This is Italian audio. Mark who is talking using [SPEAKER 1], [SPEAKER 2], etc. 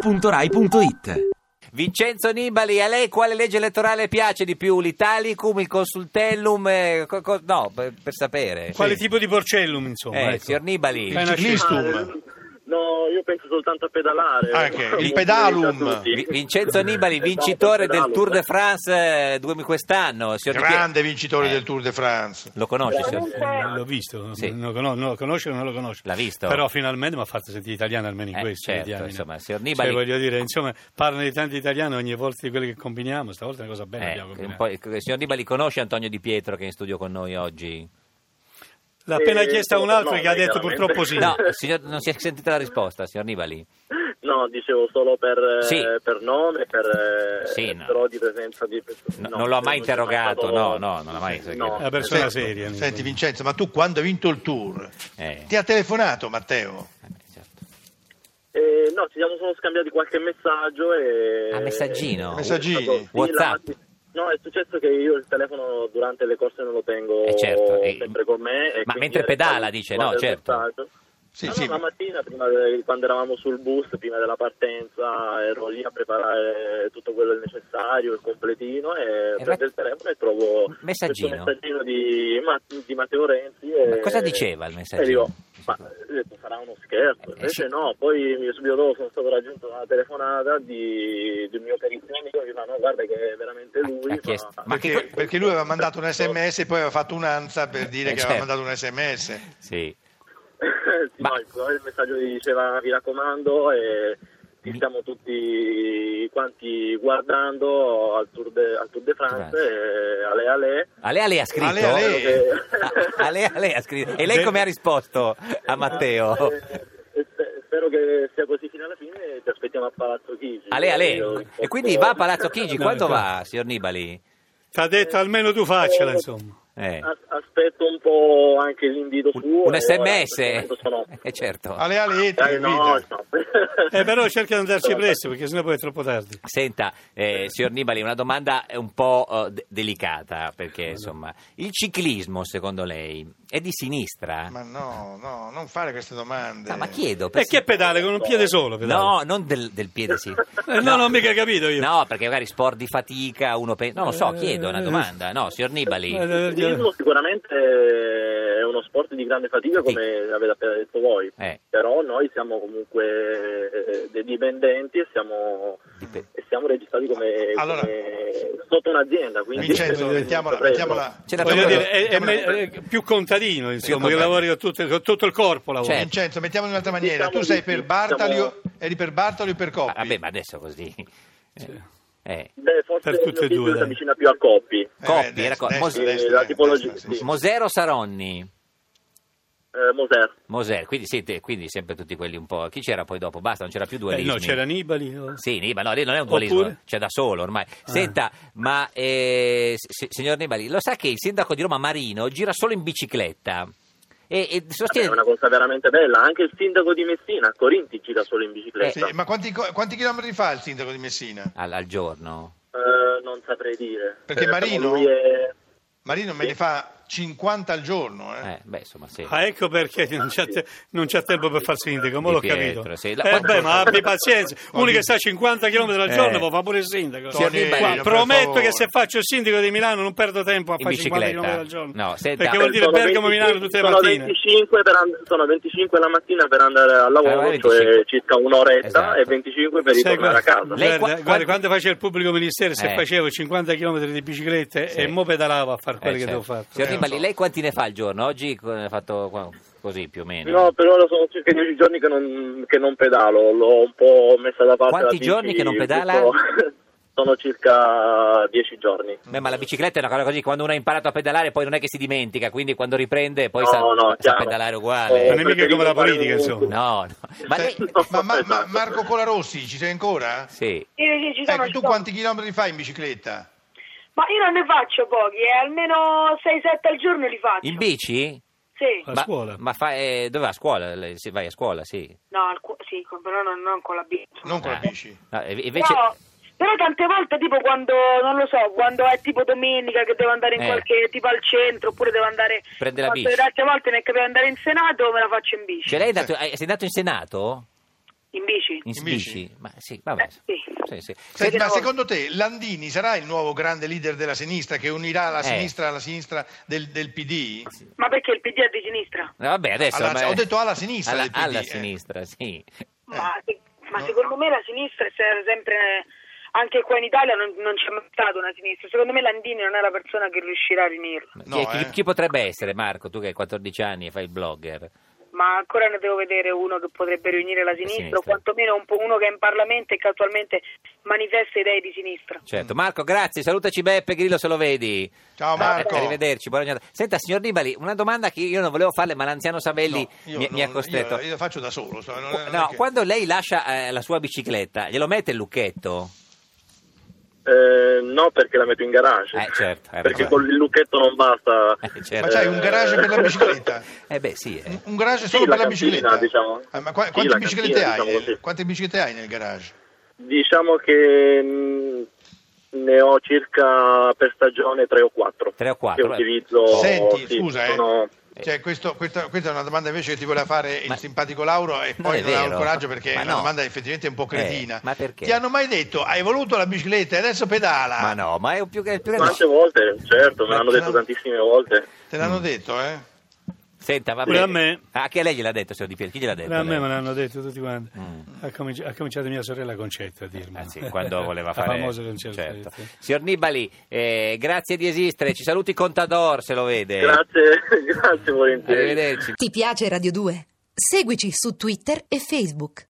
[SPEAKER 1] radio2pod.rai.it
[SPEAKER 2] Vincenzo Nibali, a lei quale legge elettorale piace di più? L'Italicum, il Consultellum? eh, co- co- no, per, per sapere.
[SPEAKER 3] Quale tipo di porcellum, insomma?
[SPEAKER 2] eh,
[SPEAKER 3] ecco.
[SPEAKER 2] signor Nibali.
[SPEAKER 3] Fai una scistum.
[SPEAKER 4] Ah, No, io penso soltanto a pedalare.
[SPEAKER 3] Ah, ok. Il
[SPEAKER 4] Comunque,
[SPEAKER 3] pedalum.
[SPEAKER 4] grazie a tutti.
[SPEAKER 2] Vi- Vincenzo Nibali,
[SPEAKER 4] Esatto,
[SPEAKER 2] vincitore del
[SPEAKER 4] pedalum.
[SPEAKER 2] Tour de France eh, 2000 quest'anno. Signor Di Pier-
[SPEAKER 5] Grande vincitore
[SPEAKER 2] Eh.
[SPEAKER 5] del Tour de France.
[SPEAKER 2] Lo conosce, signor?
[SPEAKER 3] Eh, L'ho visto,
[SPEAKER 2] Sì.
[SPEAKER 3] non, lo conos- non lo conosce o non lo conosce?
[SPEAKER 2] L'ha visto.
[SPEAKER 3] Però finalmente mi ha fatto sentire italiano almeno in
[SPEAKER 2] Eh,
[SPEAKER 3] questo.
[SPEAKER 2] certo,
[SPEAKER 3] diamine.
[SPEAKER 2] insomma, signor Nibali-
[SPEAKER 3] Cioè, voglio dire, insomma, parlano di tanti italiani ogni volta di quelli che combiniamo, stavolta è una cosa bella
[SPEAKER 2] Eh,
[SPEAKER 3] abbiamo
[SPEAKER 2] un
[SPEAKER 3] combinato.
[SPEAKER 2] po'- il signor Nibali conosce Antonio Di Pietro che è in studio con noi oggi?
[SPEAKER 3] L'ha appena
[SPEAKER 4] Eh,
[SPEAKER 3] chiesta un altro
[SPEAKER 4] no,
[SPEAKER 3] che ha detto
[SPEAKER 4] veramente.
[SPEAKER 3] purtroppo sì.
[SPEAKER 2] No, signor- non si è sentita la risposta, signor Nibali.
[SPEAKER 4] No, dicevo solo per, eh,
[SPEAKER 2] Sì.
[SPEAKER 4] per nome, per, eh,
[SPEAKER 2] Sì, no.
[SPEAKER 4] però di presenza di
[SPEAKER 2] No, non l'ho mai interrogato, no, no, non l'ho mai-
[SPEAKER 4] interrogato.
[SPEAKER 3] Una persona seria.
[SPEAKER 5] Senti Vincenzo, ma tu quando hai vinto il Tour
[SPEAKER 2] Eh,
[SPEAKER 5] ti ha telefonato Matteo?
[SPEAKER 2] eh, certo.
[SPEAKER 4] Eh, no, ci siamo solo scambiati qualche messaggio e...
[SPEAKER 2] Ah,
[SPEAKER 3] Eh,
[SPEAKER 2] messaggino?
[SPEAKER 5] Messaggini?
[SPEAKER 4] È stato- sì,
[SPEAKER 2] WhatsApp?
[SPEAKER 4] la- No, è successo che io il telefono durante le corse non lo tengo
[SPEAKER 2] Eh, certo, eh,
[SPEAKER 4] sempre con me. e
[SPEAKER 2] ma
[SPEAKER 4] quindi
[SPEAKER 2] mentre
[SPEAKER 4] era
[SPEAKER 2] pedala,
[SPEAKER 4] stato-
[SPEAKER 2] dice,
[SPEAKER 4] guarda
[SPEAKER 2] no,
[SPEAKER 4] il
[SPEAKER 2] certo.
[SPEAKER 4] messaggio.
[SPEAKER 5] Sì,
[SPEAKER 4] Ah, No, no,
[SPEAKER 5] sì.
[SPEAKER 4] la mattina, prima de- quando eravamo sul bus, prima della partenza, ero lì a preparare tutto quello necessario, il completino, e,
[SPEAKER 2] E
[SPEAKER 4] prendo
[SPEAKER 2] ma-
[SPEAKER 4] il telefono e trovo questo
[SPEAKER 2] Messaggino.
[SPEAKER 4] messaggino di, Ma- di Matteo Renzi. E,
[SPEAKER 2] Ma cosa diceva il messaggino?
[SPEAKER 4] E dico, ma ho detto, sarà uno scherzo.
[SPEAKER 2] Eh,
[SPEAKER 4] Invece
[SPEAKER 2] sì.
[SPEAKER 4] no, poi io subito dopo sono stato raggiunto da una telefonata di, di un mio carissimo amico che fa, no, guarda che è veramente lui.
[SPEAKER 2] ha
[SPEAKER 4] fa-
[SPEAKER 2] chiesto- Ma
[SPEAKER 5] Perché,
[SPEAKER 2] che co-
[SPEAKER 5] perché lui aveva mandato un sms e poi aveva fatto un'anza per dire
[SPEAKER 2] Eh,
[SPEAKER 5] che aveva
[SPEAKER 2] certo.
[SPEAKER 5] mandato un sms.
[SPEAKER 2] Sì.
[SPEAKER 4] Eh, sì,
[SPEAKER 2] Ma-
[SPEAKER 4] no, il, il messaggio gli diceva mi raccomando e ti
[SPEAKER 2] Mi-
[SPEAKER 4] stiamo tutti quanti guardando al Tour de, al Tour de France,
[SPEAKER 2] France.
[SPEAKER 4] e ale ale.
[SPEAKER 2] Ale Ale ha scritto?
[SPEAKER 5] Ale Ale.
[SPEAKER 4] Eh,
[SPEAKER 2] Ah, Ale Ale ha scritto. E lei come ha risposto a Matteo?
[SPEAKER 4] eh, eh, spe- Spero che sia così fino alla fine e ti aspettiamo a Palazzo Chigi.
[SPEAKER 2] Ale
[SPEAKER 4] Io
[SPEAKER 2] Ale.
[SPEAKER 4] rispondo-
[SPEAKER 2] E quindi va a Palazzo Chigi,
[SPEAKER 3] No,
[SPEAKER 2] quando
[SPEAKER 3] infatti.
[SPEAKER 2] va, signor Nibali?
[SPEAKER 3] Ti ha detto almeno tu faccela, insomma.
[SPEAKER 2] Eh,
[SPEAKER 4] As- aspetto un po' anche l'invito
[SPEAKER 2] Un,
[SPEAKER 4] suo.
[SPEAKER 2] un
[SPEAKER 4] e ora,
[SPEAKER 2] sms?
[SPEAKER 4] perché tanto sono-
[SPEAKER 2] Eh, certo.
[SPEAKER 5] Ale Ale e
[SPEAKER 4] Eh, no,
[SPEAKER 5] guida.
[SPEAKER 4] no.
[SPEAKER 3] Eh, però cerca di andarci presto perché sennò poi è troppo tardi.
[SPEAKER 2] Senta, eh, signor Nibali, una domanda un po' eh, de- delicata, perché insomma, il ciclismo secondo lei è di sinistra?
[SPEAKER 5] Ma no, no, non fare queste domande.
[SPEAKER 2] No, ma chiedo, per-
[SPEAKER 3] eh, E che pedale con un piede solo? pedale?
[SPEAKER 2] No, non del, del piede sì.
[SPEAKER 3] Eh, no, non ho mica capito io.
[SPEAKER 2] No, perché magari sport di fatica, uno pensa... Non lo so,
[SPEAKER 3] Eh,
[SPEAKER 2] chiedo una domanda. No, signor
[SPEAKER 3] Eh,
[SPEAKER 2] Nibali...
[SPEAKER 3] eh,
[SPEAKER 4] Il ciclismo sicuramente è uno sport di grande fatica,
[SPEAKER 2] Sì.
[SPEAKER 4] come avete appena detto voi,
[SPEAKER 2] Eh.
[SPEAKER 4] però noi siamo comunque eh, dei dipendenti e siamo,
[SPEAKER 2] Dipe-
[SPEAKER 4] e siamo registrati come,
[SPEAKER 5] Allora-
[SPEAKER 4] come sotto un'azienda. Quindi
[SPEAKER 5] Vincenzo,
[SPEAKER 4] questo-
[SPEAKER 5] mettiamola,
[SPEAKER 4] questo è
[SPEAKER 5] mettiamola.
[SPEAKER 2] Ce la
[SPEAKER 3] Voglio
[SPEAKER 2] Diamolo-
[SPEAKER 3] dire, è, è me- è più contadino, insomma, che
[SPEAKER 2] contadino.
[SPEAKER 3] lavori con tutto, con tutto il corpo. Eh, Lavora.
[SPEAKER 2] Certo.
[SPEAKER 5] Vincenzo, mettiamo in un'altra maniera.
[SPEAKER 4] Diciamo
[SPEAKER 5] tu sei
[SPEAKER 4] di sì,
[SPEAKER 5] per Bartali
[SPEAKER 4] diciamo-
[SPEAKER 5] o... eri per Bartali o per
[SPEAKER 2] Ah,
[SPEAKER 5] Coppi?
[SPEAKER 2] Vabbè, ma adesso così... Eh, eh.
[SPEAKER 4] Beh, forse
[SPEAKER 3] Per tutte e
[SPEAKER 4] il mio
[SPEAKER 3] due,
[SPEAKER 4] figlio si
[SPEAKER 3] dai.
[SPEAKER 4] avvicina più a Coppi.
[SPEAKER 5] Eh,
[SPEAKER 2] Coppi,
[SPEAKER 5] destra,
[SPEAKER 2] era co-
[SPEAKER 5] destra,
[SPEAKER 2] Mos-
[SPEAKER 5] destra,
[SPEAKER 4] la tipologia-
[SPEAKER 5] destra, sì, sì.
[SPEAKER 2] Mosero eh. Saronni,
[SPEAKER 4] Eh, Moser.
[SPEAKER 2] Moser, quindi, siete- quindi sempre tutti quelli un po'... Chi c'era poi dopo? Basta, non c'era più
[SPEAKER 3] Eh,
[SPEAKER 2] dualismo.
[SPEAKER 3] no, c'era Nibali. oh.
[SPEAKER 2] Sì, Nibali, no, lì non è un dualismo,
[SPEAKER 3] Oppure? Ah.
[SPEAKER 2] c'è da solo ormai. Senta, ma eh, si- signor Nibali, lo sa che il sindaco di Roma Marino gira solo in bicicletta e, e
[SPEAKER 4] Vabbè,
[SPEAKER 2] sostiene...
[SPEAKER 4] è una cosa veramente bella. Anche il sindaco di Messina, a Corinti, gira solo in bicicletta.
[SPEAKER 5] Eh, Sì, ma quanti, co- quanti chilometri fa il sindaco di Messina?
[SPEAKER 2] al, al giorno.
[SPEAKER 4] Eh, non saprei dire.
[SPEAKER 5] Perché
[SPEAKER 4] Eh,
[SPEAKER 5] Marino-
[SPEAKER 4] lui è-
[SPEAKER 5] Marino me ne fa 50 al giorno. Eh.
[SPEAKER 2] Eh, beh, insomma, sì.
[SPEAKER 3] Ah, ecco perché non c'è, te- non c'è tempo per far sindaco, ma
[SPEAKER 2] Di
[SPEAKER 3] l'ho
[SPEAKER 2] Pietro,
[SPEAKER 3] capito.
[SPEAKER 2] sì. La-
[SPEAKER 3] Eh,
[SPEAKER 2] quando-
[SPEAKER 3] beh, ma abbi pazienza, uno
[SPEAKER 5] Oggi-
[SPEAKER 3] che sta a 50 km al
[SPEAKER 2] Eh.
[SPEAKER 3] giorno può fare pure il sindaco.
[SPEAKER 5] Signor
[SPEAKER 3] Qua,
[SPEAKER 5] Nibali, per
[SPEAKER 3] prometto
[SPEAKER 5] favore.
[SPEAKER 3] che se faccio il sindaco di Milano non perdo tempo a
[SPEAKER 2] In
[SPEAKER 3] fare 50 km
[SPEAKER 2] bicicletta.
[SPEAKER 3] al giorno.
[SPEAKER 2] No, senta-
[SPEAKER 3] perché vuol dire
[SPEAKER 4] Sono
[SPEAKER 3] Bergamo-Milano
[SPEAKER 4] 25
[SPEAKER 3] tutte le
[SPEAKER 4] sono
[SPEAKER 3] mattine.
[SPEAKER 4] 25 per and- sono 25 la mattina per andare al lavoro,
[SPEAKER 2] Allora, 25.
[SPEAKER 4] cioè circa un'oretta,
[SPEAKER 2] Ah, Esatto.
[SPEAKER 4] e 25 per
[SPEAKER 3] Sai,
[SPEAKER 4] ritornare a
[SPEAKER 3] guarda-
[SPEAKER 4] casa.
[SPEAKER 2] Lei
[SPEAKER 3] guarda,
[SPEAKER 2] qua-
[SPEAKER 3] guarda,
[SPEAKER 2] quanti-
[SPEAKER 3] quando facevo il pubblico ministero, se
[SPEAKER 2] Eh.
[SPEAKER 3] facevo 50 km di biciclette
[SPEAKER 2] Sì.
[SPEAKER 3] e mo pedalavo a fare quelli
[SPEAKER 2] Eh,
[SPEAKER 3] che
[SPEAKER 2] certo.
[SPEAKER 3] devo fare.
[SPEAKER 2] Signor
[SPEAKER 5] Eh,
[SPEAKER 2] Nibali,
[SPEAKER 5] lo so.
[SPEAKER 2] lei quanti ne fa al giorno? Oggi co- ne ha fatto qua- così più o meno.
[SPEAKER 4] No, per ora sono circa 10 giorni che non, che non pedalo, l'ho un po' messa da parte.
[SPEAKER 2] Quanti
[SPEAKER 4] la bici,
[SPEAKER 2] giorni che non pedala?
[SPEAKER 4] giusto- sono circa 10 giorni.
[SPEAKER 2] Beh, ma la bicicletta è una cosa così, quando uno ha imparato a pedalare poi non è che si dimentica, quindi quando riprende poi
[SPEAKER 4] No,
[SPEAKER 2] sa,
[SPEAKER 4] no,
[SPEAKER 2] sa
[SPEAKER 4] chiaro.
[SPEAKER 2] pedalare uguale.
[SPEAKER 3] Eh, Non è mica come la
[SPEAKER 4] Preferisco fare
[SPEAKER 3] politica,
[SPEAKER 4] un-
[SPEAKER 3] insomma.
[SPEAKER 2] No, no. Ma
[SPEAKER 3] Cioè,
[SPEAKER 2] lei...
[SPEAKER 5] Te- ma, ma- ma- Marco Colarossi ci sei ancora?
[SPEAKER 2] Sì.
[SPEAKER 6] Io ci sono,
[SPEAKER 5] Ecco,
[SPEAKER 6] ci
[SPEAKER 5] tu
[SPEAKER 6] sono.
[SPEAKER 5] quanti chilometri fai in bicicletta?
[SPEAKER 6] Ma io non ne faccio pochi, eh, almeno 6-7 al giorno li faccio.
[SPEAKER 2] In bici?
[SPEAKER 6] Sì,
[SPEAKER 3] A
[SPEAKER 2] ma,
[SPEAKER 3] scuola.
[SPEAKER 2] Ma fa, eh, dove va a scuola? Lei- sì, vai a scuola, sì.
[SPEAKER 6] no, al cu- sì, con- però non, non con la bici.
[SPEAKER 5] Non con la
[SPEAKER 2] Ah.
[SPEAKER 5] bici.
[SPEAKER 2] No, e- invece...
[SPEAKER 6] Però, però tante volte tipo quando, non lo so, quando è tipo domenica che devo andare in
[SPEAKER 2] Eh.
[SPEAKER 6] qualche, tipo al centro, oppure devo andare...
[SPEAKER 2] Prende la
[SPEAKER 6] quando
[SPEAKER 2] bici.
[SPEAKER 6] le altre volte ne che devo andare in Senato me la faccio in bici.
[SPEAKER 2] Cioè, lei è andato, eh, sei andato in Senato?
[SPEAKER 6] in bici.
[SPEAKER 2] In,
[SPEAKER 5] In
[SPEAKER 2] bici?
[SPEAKER 5] bici?
[SPEAKER 2] Ma sì, vabbè.
[SPEAKER 6] Eh, sì.
[SPEAKER 2] Sì, sì.
[SPEAKER 5] Se-
[SPEAKER 6] Vedi
[SPEAKER 5] ma
[SPEAKER 6] una volta.
[SPEAKER 5] secondo te Landini sarà il nuovo grande leader della sinistra che unirà la
[SPEAKER 2] Eh.
[SPEAKER 5] sinistra alla sinistra del, del PD?
[SPEAKER 6] Ma perché il PD è di sinistra?
[SPEAKER 2] No, Vabbè, adesso...
[SPEAKER 5] Alla-
[SPEAKER 2] vabbè.
[SPEAKER 5] ho detto alla sinistra
[SPEAKER 2] Alla,
[SPEAKER 5] del PD,
[SPEAKER 2] alla
[SPEAKER 5] eh.
[SPEAKER 2] sinistra, sì.
[SPEAKER 6] Ma, ma
[SPEAKER 5] No.
[SPEAKER 6] secondo me la sinistra è sempre, anche qua in Italia non, non c'è mai stata una sinistra. Secondo me Landini non è la persona che riuscirà a riunirla.
[SPEAKER 2] Chi-
[SPEAKER 5] No,
[SPEAKER 2] chi,
[SPEAKER 5] eh.
[SPEAKER 2] chi potrebbe essere, Marco, tu che hai 14 anni e fai il blogger?
[SPEAKER 6] Ma ancora ne devo vedere uno che potrebbe riunire la sinistra,
[SPEAKER 2] sinistra.
[SPEAKER 6] o quantomeno un po' uno che è in Parlamento e che attualmente manifesta idee di sinistra.
[SPEAKER 2] Certo, Marco, grazie, salutaci Beppe Grillo se lo vedi.
[SPEAKER 5] Ciao,
[SPEAKER 2] Eh,
[SPEAKER 5] Marco.
[SPEAKER 2] arrivederci, buona giornata. Senta, signor Nibali, una domanda che io non volevo farle, ma l'anziano Savelli
[SPEAKER 5] No, io
[SPEAKER 2] mi, mi ha
[SPEAKER 5] non-
[SPEAKER 2] costretto.
[SPEAKER 5] Io, io la faccio da solo. so- non-
[SPEAKER 2] Qu-
[SPEAKER 5] non è
[SPEAKER 2] no,
[SPEAKER 5] che-
[SPEAKER 2] quando lei lascia eh, la sua bicicletta, glielo mette il lucchetto?
[SPEAKER 4] Eh, no, perché la metto in garage.
[SPEAKER 2] Eh, certo, eh,
[SPEAKER 4] perché
[SPEAKER 2] vabbè.
[SPEAKER 4] con il lucchetto non basta.
[SPEAKER 2] Eh, certo.
[SPEAKER 5] Ma c'hai un garage per la bicicletta?
[SPEAKER 2] Eh beh, sì. eh.
[SPEAKER 5] Un- Un garage
[SPEAKER 4] Sì,
[SPEAKER 5] solo
[SPEAKER 4] la
[SPEAKER 5] per la
[SPEAKER 4] cantina,
[SPEAKER 5] bicicletta?
[SPEAKER 4] diciamo.
[SPEAKER 5] Ah, ma qua-
[SPEAKER 4] Sì,
[SPEAKER 5] quante,
[SPEAKER 4] la
[SPEAKER 5] biciclette
[SPEAKER 4] cantina,
[SPEAKER 5] hai
[SPEAKER 4] diciamo
[SPEAKER 5] nel-
[SPEAKER 4] così.
[SPEAKER 5] quante biciclette hai nel garage?
[SPEAKER 4] Diciamo che mh, ne ho circa per stagione 3 o 4.
[SPEAKER 2] Tre o quattro,
[SPEAKER 4] Che
[SPEAKER 2] eh.
[SPEAKER 4] utilizzo.
[SPEAKER 5] Senti,
[SPEAKER 4] sì,
[SPEAKER 5] scusa, eh.
[SPEAKER 4] sono-
[SPEAKER 5] Cioè, questo- questa, questa è una domanda invece che ti voleva fare
[SPEAKER 2] Ma-
[SPEAKER 5] il simpatico Lauro e
[SPEAKER 2] Non è
[SPEAKER 5] poi non avevo
[SPEAKER 2] vero.
[SPEAKER 5] il coraggio perché
[SPEAKER 2] Ma
[SPEAKER 5] è una
[SPEAKER 2] no.
[SPEAKER 5] domanda effettivamente un po' cretina.
[SPEAKER 2] Eh, ma perché?
[SPEAKER 5] Ti hanno mai detto hai voluto la bicicletta e adesso pedala?
[SPEAKER 2] Ma no, ma è un più che... più che-
[SPEAKER 4] Quante volte? Certo, me
[SPEAKER 5] Ma
[SPEAKER 4] l'hanno
[SPEAKER 5] chi
[SPEAKER 4] detto
[SPEAKER 5] l'ha-
[SPEAKER 4] tantissime volte.
[SPEAKER 5] Te
[SPEAKER 2] Mm.
[SPEAKER 5] l'hanno detto, eh?
[SPEAKER 2] Senta, va bene.
[SPEAKER 3] Pure a me.
[SPEAKER 2] Ah, che a lei gliel'ha detto, signor Di Pietro? Chi glielha detto?
[SPEAKER 3] a me
[SPEAKER 2] lei?
[SPEAKER 3] me l'hanno detto tutti quanti.
[SPEAKER 2] Mm.
[SPEAKER 3] Ha, cominci- ha cominciato mia sorella Concetta a dirmi.
[SPEAKER 2] Ah, sì, quando voleva
[SPEAKER 3] La
[SPEAKER 2] fare
[SPEAKER 3] famosa Concetta.
[SPEAKER 2] Certo.
[SPEAKER 3] sì.
[SPEAKER 2] Signor Nibali, eh, grazie di esistere. Ci saluti Contador se lo vede.
[SPEAKER 4] Grazie, grazie volentieri.
[SPEAKER 2] Arrivederci.
[SPEAKER 1] Ti piace Radio 2? Seguici su Twitter e Facebook.